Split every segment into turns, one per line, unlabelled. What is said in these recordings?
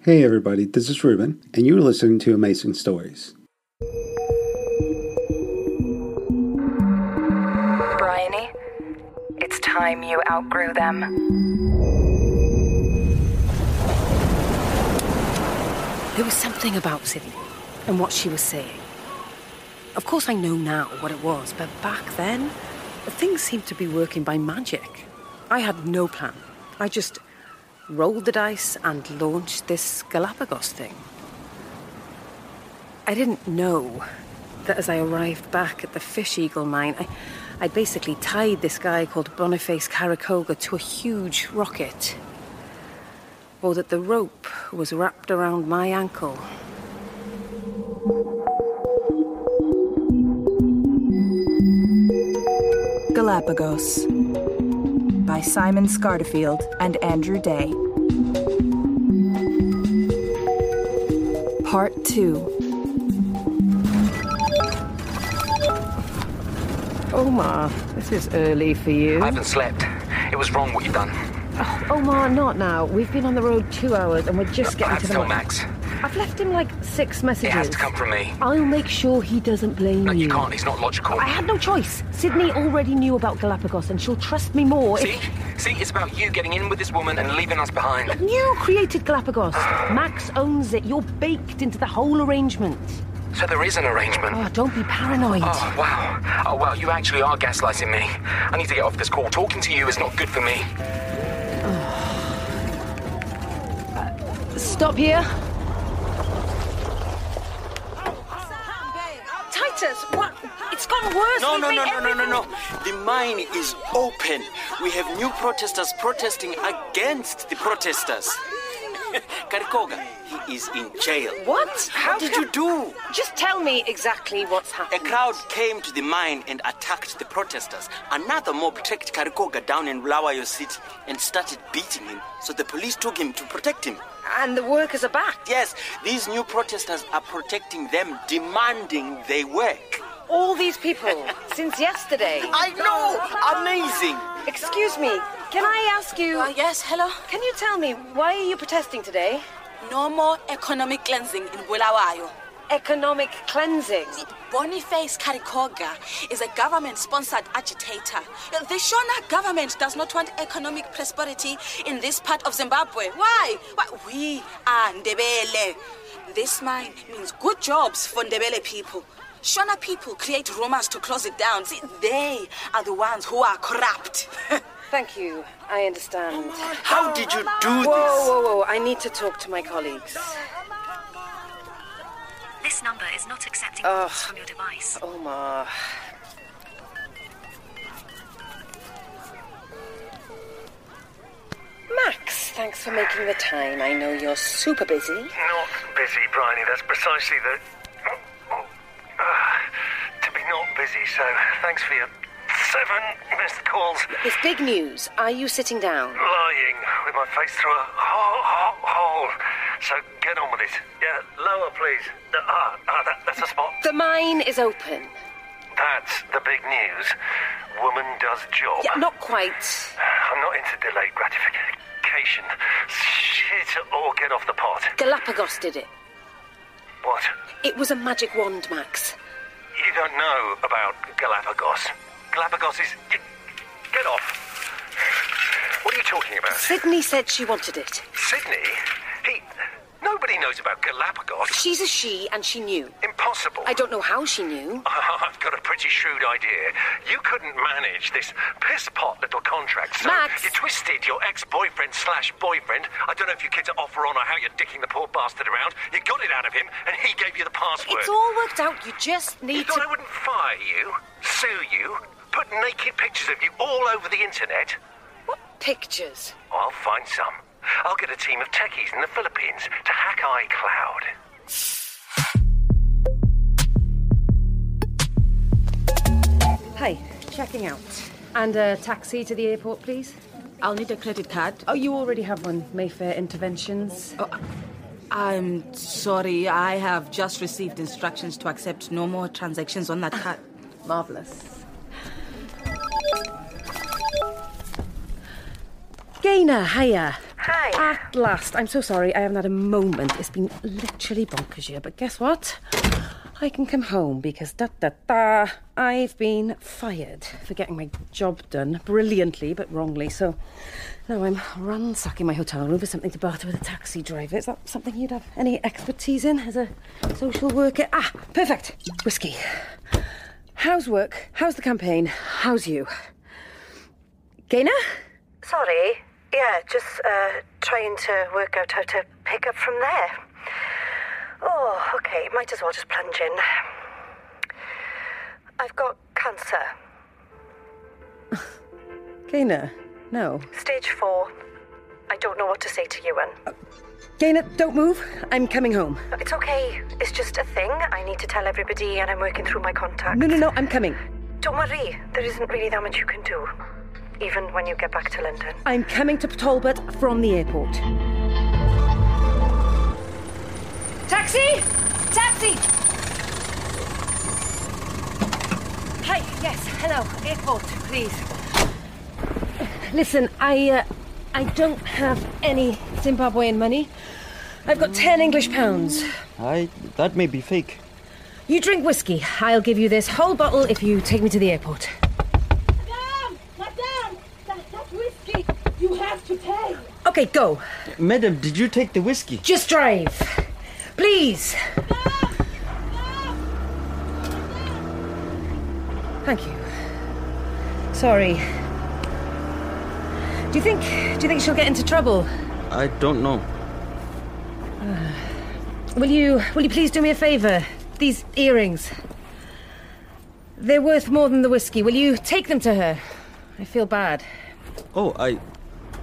Hey, everybody, this is Ruben, and you're listening to Amazing Stories.
Bryony, it's time you outgrew them.
There was something about Sydney and what she was saying. Of course, I know now what it was, but back then, things seemed to be working by magic. I had no plan. I just rolled the dice and launched this Galapagos thing. I didn't know that as I arrived back at the Fish Eagle mine, I, I basically tied this guy called Boniface Caracoga to a huge rocket or that the rope was wrapped around my ankle.
Galapagos by Simon Scarterfield and Andrew Day. Part 2
Omar, this is early for
I
you.
haven't slept. It was wrong what you've done.
Omar, not now. We've been on the road two hours and we're just
I
getting
have
to
to
the
tell
mo-
Max.
I've left him like six messages.
It has to come from me.
I'll make sure he doesn't blame
No,
you.
you can't. It's not logical.
Hmm. I had no choice. Sydney already knew about Galapagos and she'll trust me more
See?
if.
See, it's about you getting in with this woman and leaving us behind.
You created Galapagos. Max owns it. You're baked into the whole arrangement.
So there is an arrangement.
Oh, don't be paranoid.
Ah.
Oh, wow. Oh, wow, you actually are gaslighting me. I need to get off this call. Talking to you is not good for me.
Stop here.
Titus, what? It's gone worse.
No,
We've
no,
made
no, no, no, no,
everything-
no. The mine is open. We have new protesters protesting against the protesters. Karikoga, he is in jail.
What?
How did you do?
Just tell me exactly what's
A
happened.
crowd came to the mine and attacked the protesters. Another mob tracked Karikoga down in Bulawayo City and started beating him, so the police took him to protect him.
And the workers are back.
Yes, these new protesters are protecting them, demanding they work.
All these people since yesterday.
I know! Amazing!
Excuse me, can I ask you?
Uh, yes, hello.
Can you tell me why are you protesting today?
No more economic cleansing in Bulawayo.
Economic cleansing.
Boniface Karikoga is a government-sponsored agitator. The Shona government does not want economic prosperity in this part of Zimbabwe. Why? Why? We are Ndebele. This mine means good jobs for Ndebele people. Shona people create rumors to close it down. See, they are the ones who are corrupt.
Thank you. I understand.
How did you do this?
Whoa, whoa, whoa. I need to talk to my colleagues.
This number is not accepting calls from your device.
Oh, Omar. Max, thanks for making the time. I know you're super busy.
Not busy, Bryony. That's precisely the. Oh, Ah, to be not busy, so thanks for your seven missed calls.
It's big news. Are you sitting down?
Lying with my face through a hole. hole, hole. So get on with it. Yeah, lower, please. Ah, ah that, that's the spot.
The mine is open.
That's the big news. Woman does job.
Yeah, not quite.
I'm not into delayed gratification. Shit or get off the pot.
Galapagos did it.
What?
It was a magic wand, Max.
You don't know about Galapagos. Galapagos is. Get off. What are you talking about?
Sydney said she wanted it.
Sydney? He. Nobody knows about Galapagos.
She's a she, and she knew.
Impossible.
I don't know how she knew.
I've got a pretty shrewd idea. You couldn't manage this piss pot little contract, so
Max.
you twisted your ex-boyfriend slash boyfriend. I don't know if you kids are off or on or how you're dicking the poor bastard around. You got it out of him, and he gave you the password.
It's all worked out. You just
You
need
thought I
to.
wouldn't fire you, sue you, put naked pictures of you all over the internet?
What pictures?
I'll find some. I'll get a team of techies in the Philippines to hack iCloud.
Hi, checking out. And a taxi to the airport, please.
I'll need a credit card.
Oh, you already have one. Mayfair Interventions.
I'm sorry, I have just received instructions to accept no more transactions on
Ah.
that card.
Marvellous. Gainer, hiya.
Hi. At last. I'm so sorry. I haven't had a moment. It's been literally bonkers here. But guess what? I can come home because da da da. I've been fired for getting my job done brilliantly but wrongly. So now I'm ransacking my hotel room for something to barter with a taxi driver. Is that something you'd have any expertise in as a social worker? Ah, perfect. Whiskey. How's work? How's the campaign? How's you? Gainer?
Sorry. Yeah, just uh, trying to work out how to pick up from there. Oh, okay. Might as well just plunge in. I've got cancer,
Gainer? No.
stage four. I don't know what to say to Ewan.
Gainer, don't move. I'm coming home.
It's okay. It's just a thing. I need to tell everybody, and I'm working through my contacts.
No, no, no, I'm coming.
Don't worry. There isn't really that much you can do, even when you get back to London.
I'm coming to Talbot from the airport.
Taxi! Taxi!
Hi, yes, hello, airport, please. Listen, I, uh, I don't have any Zimbabwean money. I've got ten English pounds.
I. That may be fake.
You drink whiskey. I'll give you this whole bottle if you take me to the airport.
Madame, madame, that, that whiskey you have to take.
Okay, go.
Madam, did you take the whiskey?
Just drive. Please. Thank you. Sorry. Do you think do you think she'll get into trouble?
I don't know.
Uh, will you will you please do me a favor? These earrings. They're worth more than the whiskey. Will you take them to her? I feel bad.
Oh, I.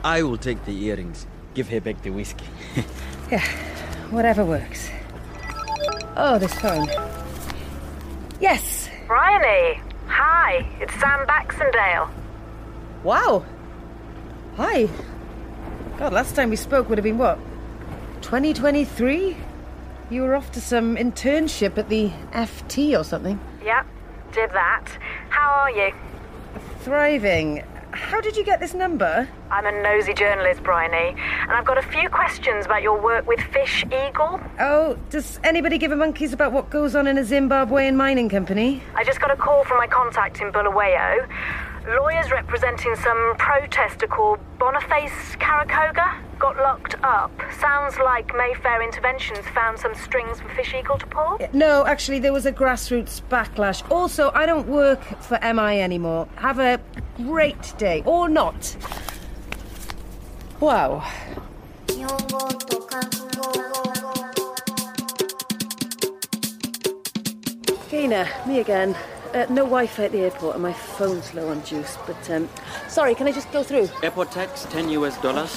I will take the earrings. Give her back the whiskey.
Yeah, whatever works. Oh, this phone. Yes.
Bryony. Hi, it's Sam Baxendale.
Wow. Hi. God, last time we spoke would have been what? 2023? You were off to some internship at the FT or something.
Yep, did that. How are you?
Thriving. How did you get this number?
I'm a nosy journalist, Bryony, and I've got a few questions about your work with Fish Eagle.
Oh, does anybody give a monkey's about what goes on in a Zimbabwean mining company?
I just got a call from my contact in Bulawayo. Lawyers representing some protester called Boniface Karakoga got locked up. Sounds like Mayfair Interventions found some strings for Fish Eagle to pull.
No, actually, there was a grassroots backlash. Also, I don't work for MI anymore. Have a great day, or not. Wow. Gainer, me again. Uh, no Wi Fi at the airport, and my phone's low on juice, but um, sorry, can I just go through?
Airport tax, 10 US dollars.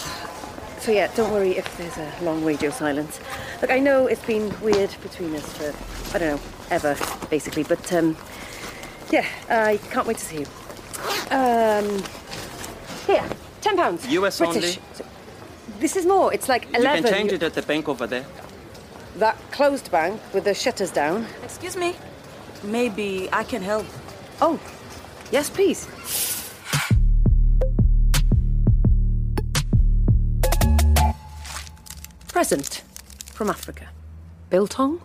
So, yeah, don't worry if there's a long radio silence. Look, I know it's been weird between us for, I don't know, ever, basically, but um, yeah, I can't wait to see you. Um, here, £10.
US
British.
only.
This is more, it's like 11.
You can change it at the bank over there.
That closed bank with the shutters down.
Excuse me? Maybe I can help.
Oh, yes, please. Present from Africa. Biltong?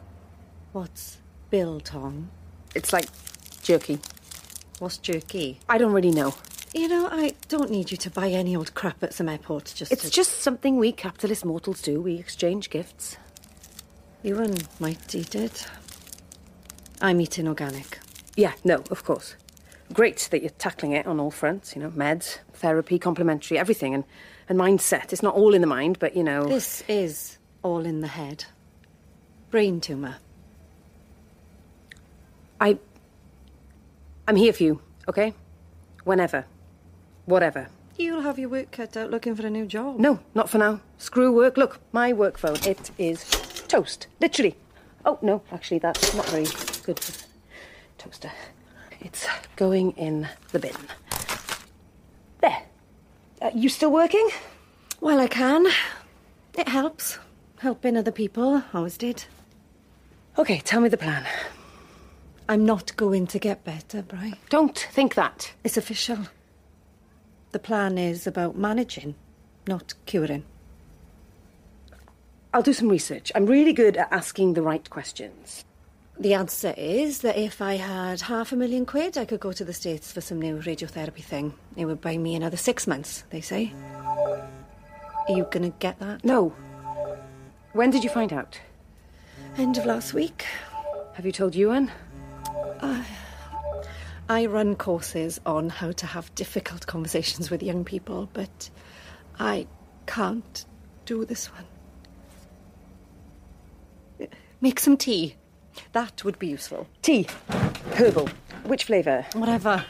What's biltong? It's like jerky.
What's jerky?
I don't really know.
You know, I don't need you to buy any old crap at some airports just
It's
to...
just something we capitalist mortals do. We exchange gifts.
Ewan might eat it. I'm eating organic.
Yeah, no, of course. Great that you're tackling it on all fronts, you know, meds, therapy, complementary, everything, and, and mindset. It's not all in the mind, but you know.
This is all in the head. Brain tumour.
I. I'm here for you, okay? Whenever. Whatever.
You'll have your work cut out looking for a new job.
No, not for now. Screw work. Look, my work phone. It is toast. Literally. Oh, no, actually, that's not very good for the toaster. It's going in the bin. There. Uh, you still working?
Well, I can. It helps. Helping other people, always did.
Okay, tell me the plan.
I'm not going to get better, Bry.
Don't think that.
It's official. The plan is about managing, not curing.
I'll do some research. I'm really good at asking the right questions.
The answer is that if I had half a million quid, I could go to the States for some new radiotherapy thing. It would buy me another six months, they say. Are you going to get that?
No. When did you find out?
End of last week.
Have you told Ewan?
Uh, I run courses on how to have difficult conversations with young people, but I can't do this one. Make some tea. That would be useful.
Tea. Herbal. Which flavour?
Whatever.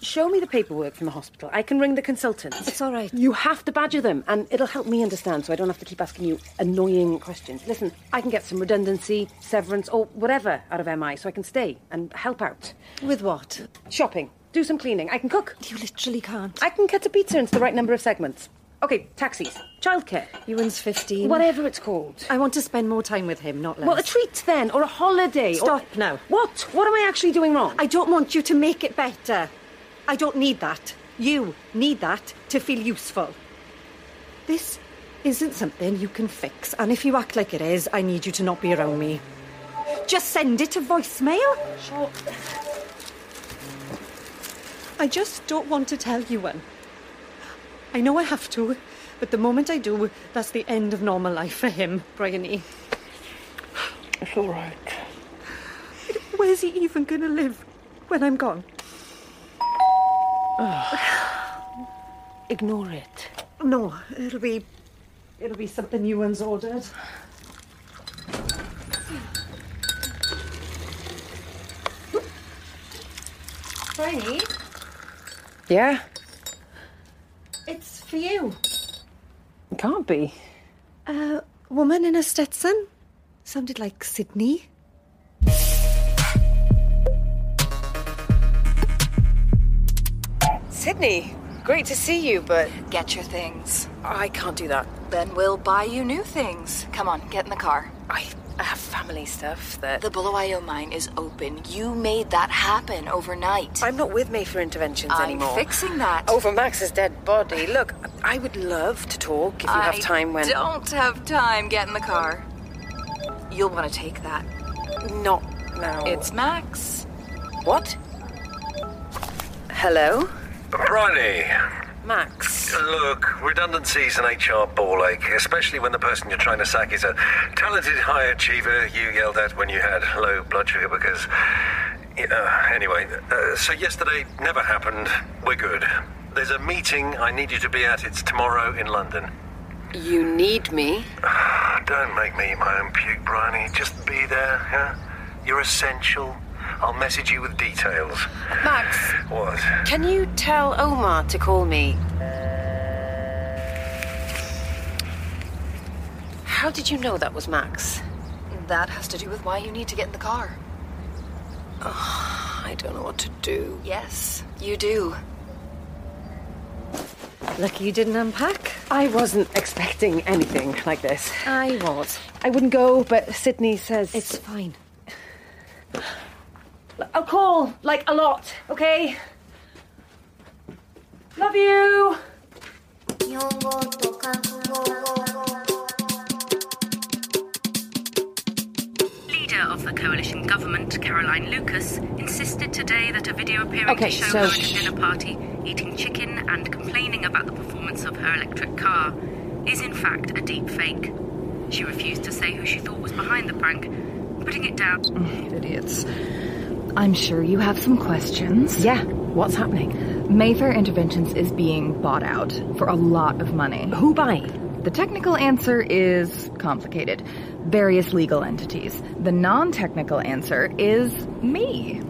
Show me the paperwork from the hospital. I can ring the consultant.
It's all right.
You have to badger them, and it'll help me understand so I don't have to keep asking you annoying questions. Listen, I can get some redundancy, severance, or whatever out of MI so I can stay and help out.
With what?
Shopping. Do some cleaning. I can cook.
You literally can't.
I can cut a pizza into the right number of segments. Okay, taxis, childcare.
Ewan's 15.
Whatever it's called.
I want to spend more time with him, not less.
Well, a treat then, or a holiday.
Stop
or...
now.
What? What am I actually doing wrong?
I don't want you to make it better. I don't need that. You need that to feel useful. This isn't something you can fix, and if you act like it is, I need you to not be around me. Just send it to voicemail.
Sure.
I just don't want to tell you one. I know I have to, but the moment I do, that's the end of normal life for him, E. Bryony.
It's all right.
Where's he even going to live when I'm gone?
Oh. Ignore it.
No, it'll be. It'll be something Ewan's ordered. Bryony?
Yeah?
It's for you.
It can't be.
A uh, woman in a Stetson? Sounded like Sydney.
Sydney, great to see you, but.
Get your things.
I can't do that.
Then we'll buy you new things. Come on, get in the car.
I, I have family stuff that.
The Bulawayo mine is open. You made that happen overnight.
I'm not with May for interventions
I'm
anymore.
I'm fixing that.
Over Max's dead body. Look, I would love to talk if you
I
have time when.
don't have time. Get in the car. You'll want to take that.
Not now.
It's Max.
What? Hello?
Bryony.
Max.
Look, redundancies an HR ball ache, especially when the person you're trying to sack is a talented high achiever you yelled at when you had low blood sugar because. Yeah, anyway, uh, so yesterday never happened. We're good. There's a meeting I need you to be at. It's tomorrow in London.
You need me?
Don't make me my own puke, Bryony. Just be there, yeah? You're essential. I'll message you with details.
Max.
What?
Can you tell Omar to call me? How did you know that was Max?
That has to do with why you need to get in the car.
Oh, I don't know what to do.
Yes, you do.
Lucky you didn't unpack.
I wasn't expecting anything like this.
I was.
I wouldn't go, but Sydney says.
It's fine.
I'll call, like, a lot, okay? Love you!
Leader of the coalition government, Caroline Lucas, insisted today that a video appearing
okay,
to show
so
her at a dinner party eating chicken and complaining about the performance of her electric car is in fact a deep fake. She refused to say who she thought was behind the prank, putting it down.
Oh, idiots. I'm sure you have some questions.
Yeah, what's happening?
Mayfair Interventions is being bought out for a lot of money.
Who buying?
The technical answer is complicated. Various legal entities. The non technical answer is me.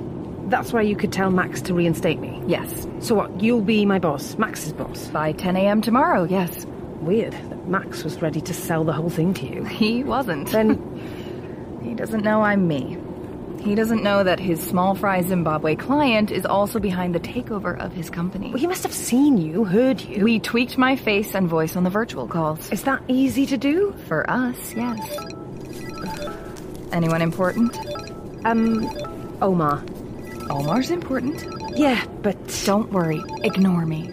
That's why you could tell Max to reinstate me.
Yes.
So what? You'll be my boss, Max's boss.
By 10 a.m. tomorrow, yes.
Weird that Max was ready to sell the whole thing to you.
He wasn't.
Then.
He doesn't know I'm me. He doesn't know that his small fry Zimbabwe client is also behind the takeover of his company.
Well, he must have seen you, heard you.
We tweaked my face and voice on the virtual calls.
Is that easy to do?
For us, yes. Anyone important?
Um, Omar.
Omar's important?
Yeah, but.
Don't worry, ignore me.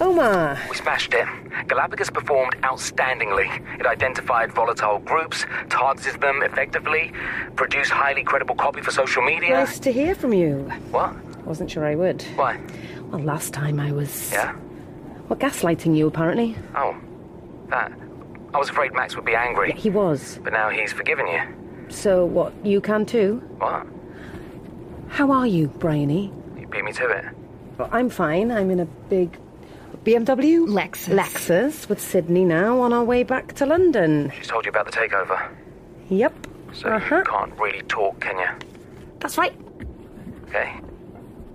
Oh, Omar.
We smashed it. Galapagos performed outstandingly. It identified volatile groups, targeted them effectively, produced highly credible copy for social media.
Nice to hear from you.
What?
Wasn't sure I would.
Why?
Well, last time I was.
Yeah?
Well, gaslighting you, apparently.
Oh, that. I was afraid Max would be angry.
Yeah, he was.
But now he's forgiven you.
So, what, you can too?
What?
How are you, Bryony?
You beat me to it.
Well, I'm fine. I'm in a big BMW?
Lexus.
Lexus with Sydney now on our way back to London.
She's told you about the takeover.
Yep.
So
Uh-huh.
you can't really talk, can you?
That's right.
Okay.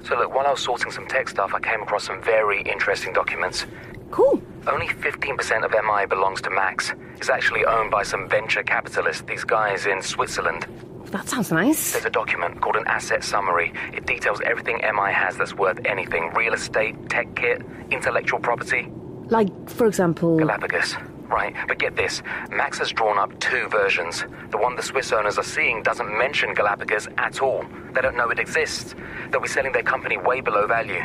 So look, while I was sorting some tech stuff, I came across some very interesting documents.
Cool.
Only 15% of MI belongs to Max. It's actually owned by some venture capitalists, these guys in Switzerland.
That sounds nice.
There's a document called an asset summary. It details everything MI has that's worth anything real estate, tech kit, intellectual property.
Like, for example.
Galapagos. Right, but get this Max has drawn up two versions. The one the Swiss owners are seeing doesn't mention Galapagos at all. They don't know it exists. They'll be selling their company way below value.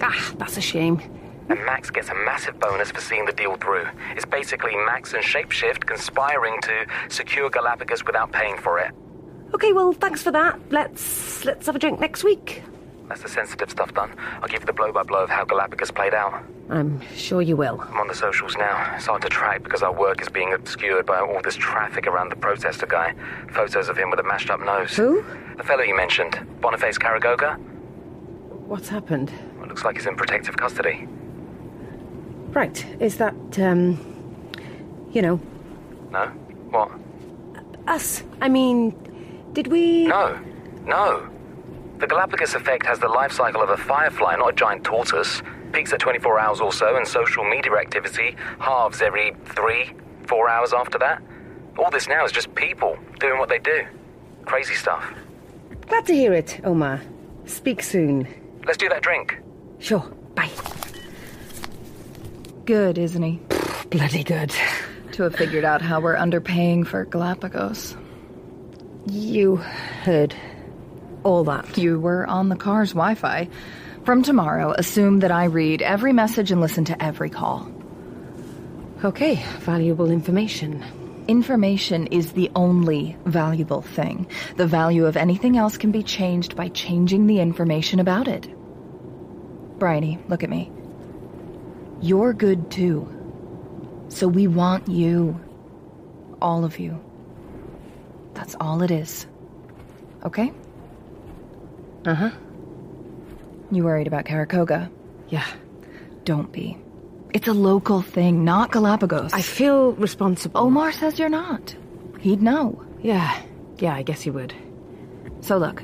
Ah, that's a shame.
And Max gets a massive bonus for seeing the deal through. It's basically Max and Shapeshift conspiring to secure Galapagos without paying for it.
Okay, well, thanks for that. Let's let's have a drink next week.
That's the sensitive stuff done. I'll give you the blow by blow of how Galapagos played out.
I'm sure you will.
I'm on the socials now. It's hard to track because our work is being obscured by all this traffic around the protester guy. Photos of him with a mashed up nose.
Who?
The fellow you mentioned, Boniface Caragoga.
What's happened?
Well, looks like he's in protective custody.
Right, is that um you know,
No? What?
us. I mean, did we
No. No. The Galapagos effect has the life cycle of a firefly, not a giant tortoise. Peaks at 24 hours or so, and social media activity halves every three, four hours after that. All this now is just people doing what they do. Crazy stuff.
Glad to hear it, Omar. Speak soon.
Let's do that drink.
Sure. Bye.
Good, isn't he?
Bloody good.
To have figured out how we're underpaying for Galapagos.
You heard all that.
You were on the car's Wi Fi. From tomorrow, assume that I read every message and listen to every call.
Okay, valuable information.
Information is the only valuable thing. The value of anything else can be changed by changing the information about it. Bryony, look at me. You're good too. So we want you. All of you. That's all it is. Okay?
Uh huh.
You worried about Karakoga?
Yeah.
Don't be. It's a local thing, not Galapagos.
I feel responsible.
Omar says you're not. He'd know.
Yeah. Yeah, I guess he would.
So look,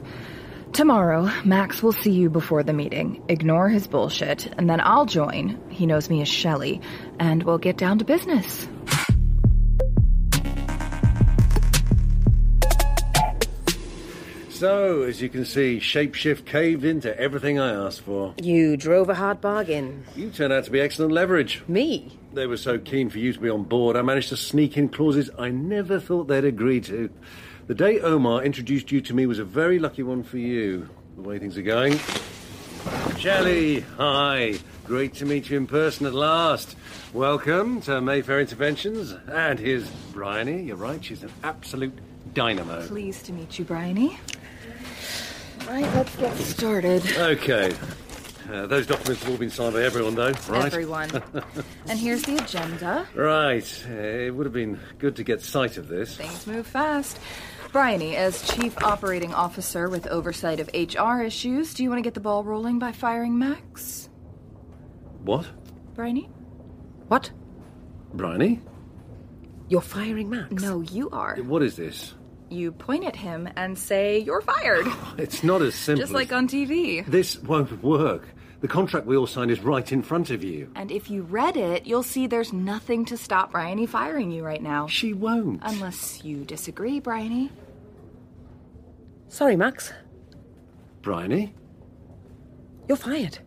tomorrow, Max will see you before the meeting. Ignore his bullshit, and then I'll join. He knows me as Shelly, and we'll get down to business.
So, as you can see, Shapeshift caved into everything I asked for.
You drove a hard bargain.
You turned out to be excellent leverage.
Me?
They were so keen for you to be on board, I managed to sneak in clauses I never thought they'd agree to. The day Omar introduced you to me was a very lucky one for you, the way things are going. Shelley, hi. Great to meet you in person at last. Welcome to Mayfair Interventions. And here's Bryony. You're right, she's an absolute dynamo.
Pleased to meet you, Bryony.
Right, let's get started.
Okay. Uh, those documents have all been signed by everyone, though, right?
Everyone. and here's the agenda.
Right. Uh,
eh,
it would have been good to get sight of this.
Things move fast. Bryony, as Chief Operating Officer with oversight of HR issues, do you want to get the ball rolling by firing Max?
What?
Bryony?
What?
Bryony?
You're firing Max?
No, you are.
What is this?
You point at him and say, You're fired.
It's not as simple.
Just like
as-
on TV.
This won't work. The contract we all signed is right in front of you.
And if you read it, you'll see there's nothing to stop Bryony firing you right now.
She won't.
Unless you disagree, Bryony.
Sorry, Max.
Bryony?
You're fired.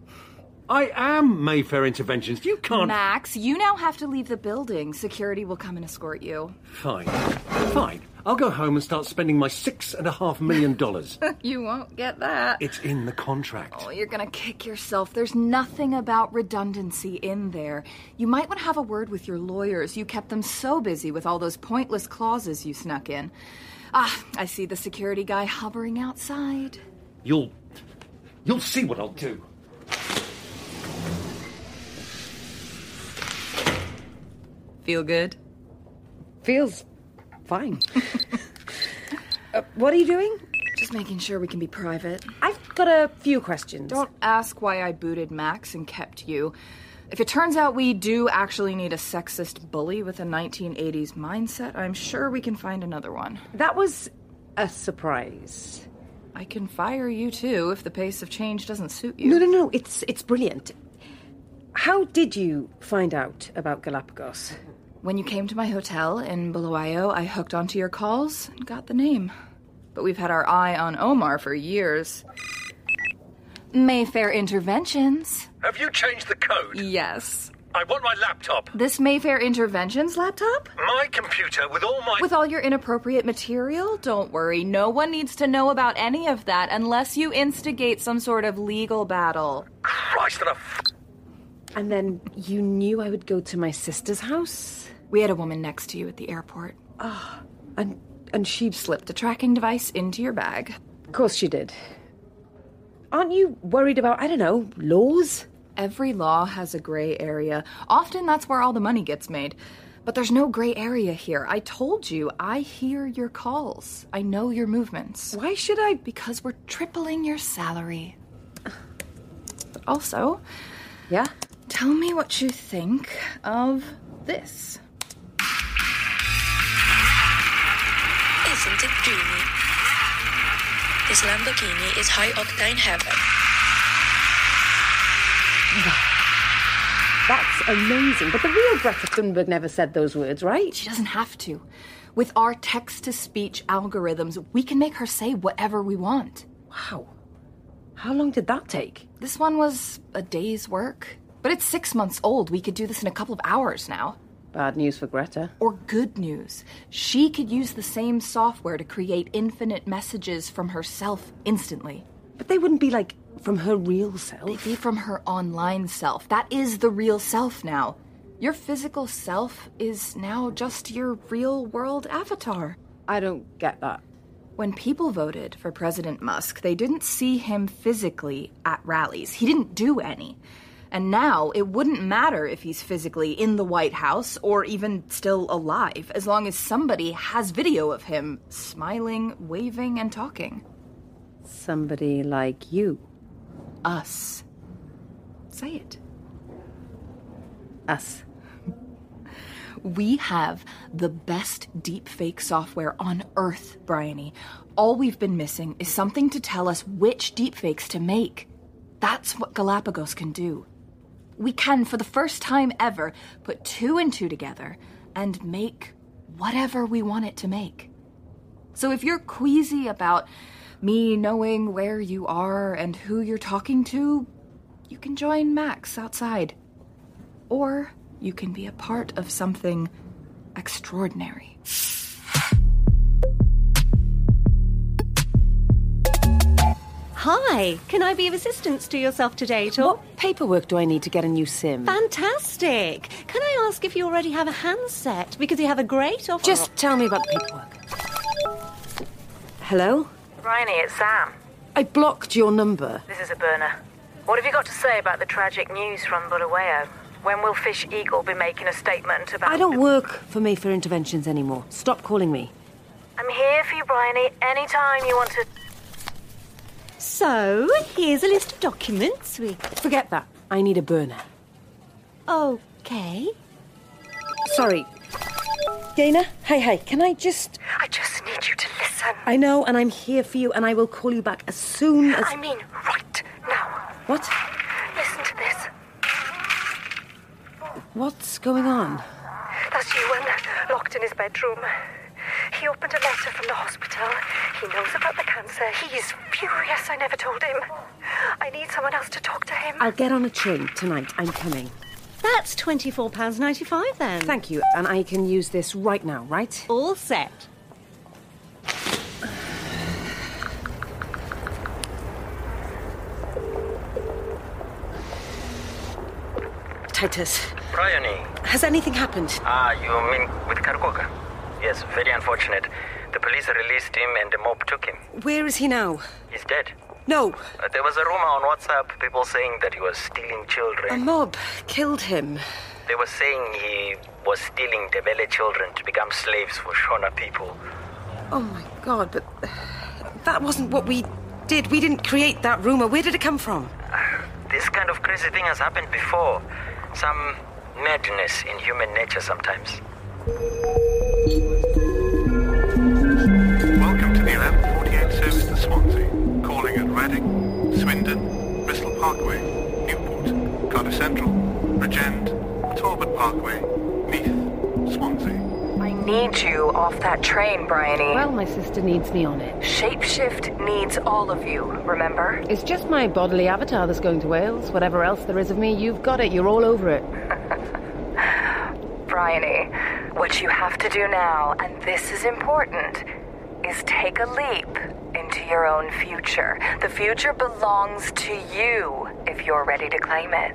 I am Mayfair Interventions. You can't.
Max, you now have to leave the building. Security will come and escort you.
Fine. Fine. I'll go home and start spending my six and a half million dollars.
you won't get that.
it's in the contract.
Oh, you're gonna kick yourself. There's nothing about redundancy in there. You might want to have a word with your lawyers. You kept them so busy with all those pointless clauses you snuck in. Ah, I see the security guy hovering outside.
You'll. You'll see what I'll do.
Feel good?
Feels fine. uh, what are you doing?
Just making sure we can be private.
I've got a few questions.
Don't ask why I booted Max and kept you. If it turns out we do actually need a sexist bully with a 1980s mindset, I'm sure we can find another one.
That was a surprise.
I can fire you too if the pace of change doesn't suit you.
No, no, no. It's it's brilliant. How did you find out about Galapagos?
When you came to my hotel in Bulawayo, I hooked onto your calls and got the name. But we've had our eye on Omar for years. Mayfair Interventions.
Have you changed the code?
Yes.
I want my laptop.
This Mayfair Interventions laptop?
My computer with all my.
With all your inappropriate material? Don't worry, no one needs to know about any of that unless you instigate some sort of legal battle.
Christ, and a f-
And then you knew I would go to my sister's house?
We had a woman next to you at the airport.
Ah, oh, and and she
slipped a tracking device into your bag.
Of course she did. Aren't you worried about, I don't know, laws?
Every law has a gray area. Often that's where all the money gets made. But there's no gray area here. I told you, I hear your calls. I know your movements.
Why should I?
Because we're tripling your salary. But also,
yeah?
Tell me what you think of this.
Isn't it dreamy? This Lamborghini is high octane heaven.
That's amazing. But the real Greta Thunberg never said those words, right?
She doesn't have to. With our text to speech algorithms, we can make her say whatever we want.
Wow. How long did that take?
This one was a day's work. But it's six months old. We could do this in a couple of hours now.
Bad news for Greta.
Or good news. She could use the same software to create infinite messages from herself instantly.
But they wouldn't be like from her real self.
They'd be from her online self. That is the real self now. Your physical self is now just your real world avatar.
I don't get that.
When people voted for President Musk, they didn't see him physically at rallies. He didn't do any. And now it wouldn't matter if he's physically in the White House or even still alive, as long as somebody has video of him smiling, waving, and talking.
Somebody like you.
Us. Say it.
Us.
We have the best deepfake software on earth, Bryony. All we've been missing is something to tell us which deepfakes to make. That's what Galapagos can do we can, for the first time ever, put two and two together and make whatever we want it to make. So if you're queasy about me knowing where you are and who you're talking to, you can join Max outside. Or you can be a part of something extraordinary.
Hi, can I be of assistance to yourself today at all?
What paperwork do I need to get a new SIM?
Fantastic! Can I ask if you already have a handset? Because you have a great offer.
Just tell me about the paperwork. Hello?
Bryony, it's Sam.
I blocked your number.
This is a burner. What have you got to say about the tragic news from Bulawayo? When will Fish Eagle be making a statement about.
I don't work for Mayfair Interventions anymore. Stop calling me.
I'm here for you, Bryony, anytime you want to.
So, here's a list of documents we.
Forget that. I need a burner.
Okay.
Sorry. Dana? Hey, hey, can I just.
I just need you to listen.
I know, and I'm here for you, and I will call you back as soon as.
I mean, right now.
What?
Listen to this.
What's going on?
uh,
That's Ewan, locked in his bedroom.
He opened a letter from the hospital. He knows about the cancer. He is furious I never told him. I need someone else to talk to him.
I'll get on a train tonight. I'm coming.
That's £24.95 then.
Thank you, and I can use this right now, right?
All set.
Titus,
Bryony.
has anything happened?
Ah, you mean with Karakoga? Yes, very unfortunate. The police released him and the mob took him.
Where is he now?
He's dead.
No,
Uh, there was a rumor on WhatsApp, people saying that he was stealing
a
children.
mob killed him.
They were saying he was stealing Debele children to become slaves for Shona people.
Oh my god, but that wasn't what we did. We didn't create that rumor. Where did it come from?
This kind of crazy thing has happened before. Some madness in human nature sometimes.
Welcome to the 1148 service to Swansea, calling at Reading, Swindon, Bristol Parkway, Newport, Cardiff Central, Regend, Talbot Parkway, Neath, Swansea.
I need you off that train, Bryony.
Well, my sister needs me on it.
Shapeshift needs all of you, remember?
It's just my bodily avatar that's going to Wales. Whatever else there is of me, you've got it. You're all over it.
Bryony, what you have to do now, and this is important, is take a leap into your own future. The future belongs to you if you're ready to claim it.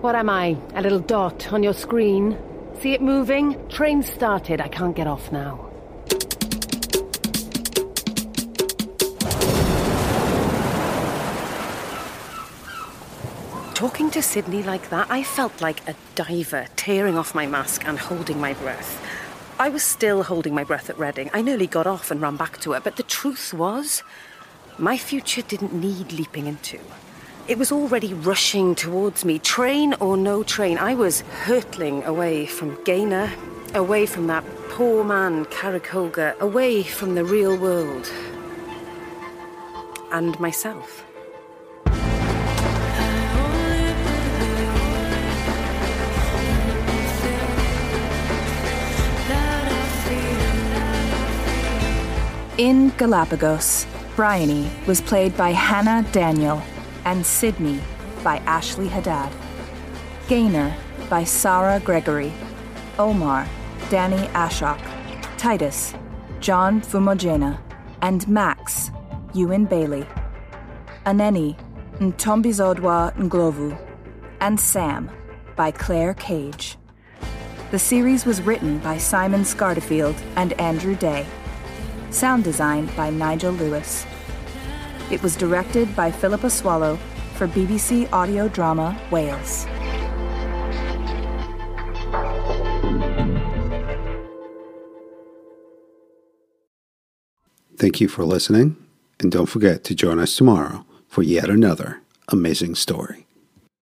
What am I? A little dot on your screen? See it moving? Train started. I can't get off now. Talking to Sydney like that, I felt like a diver tearing off my mask and holding my breath. I was still holding my breath at Reading. I nearly got off and ran back to her, but the truth was, my future didn't need leaping into. It was already rushing towards me, train or no train. I was hurtling away from Gaynor, away from that poor man, Karakoga, away from the real world. And myself.
In Galapagos, Bryony was played by Hannah Daniel and Sydney by Ashley Haddad. Gaynor by Sarah Gregory. Omar, Danny Ashok. Titus, John Fumogena. And Max, Ewan Bailey. Aneni, Ntombizodwa Nglovu. And Sam by Claire Cage. The series was written by Simon Scardefield and Andrew Day. Sound design by Nigel Lewis. It was directed by Philippa Swallow for BBC audio drama Wales.
Thank you for listening, and don't forget to join us tomorrow for yet another amazing story.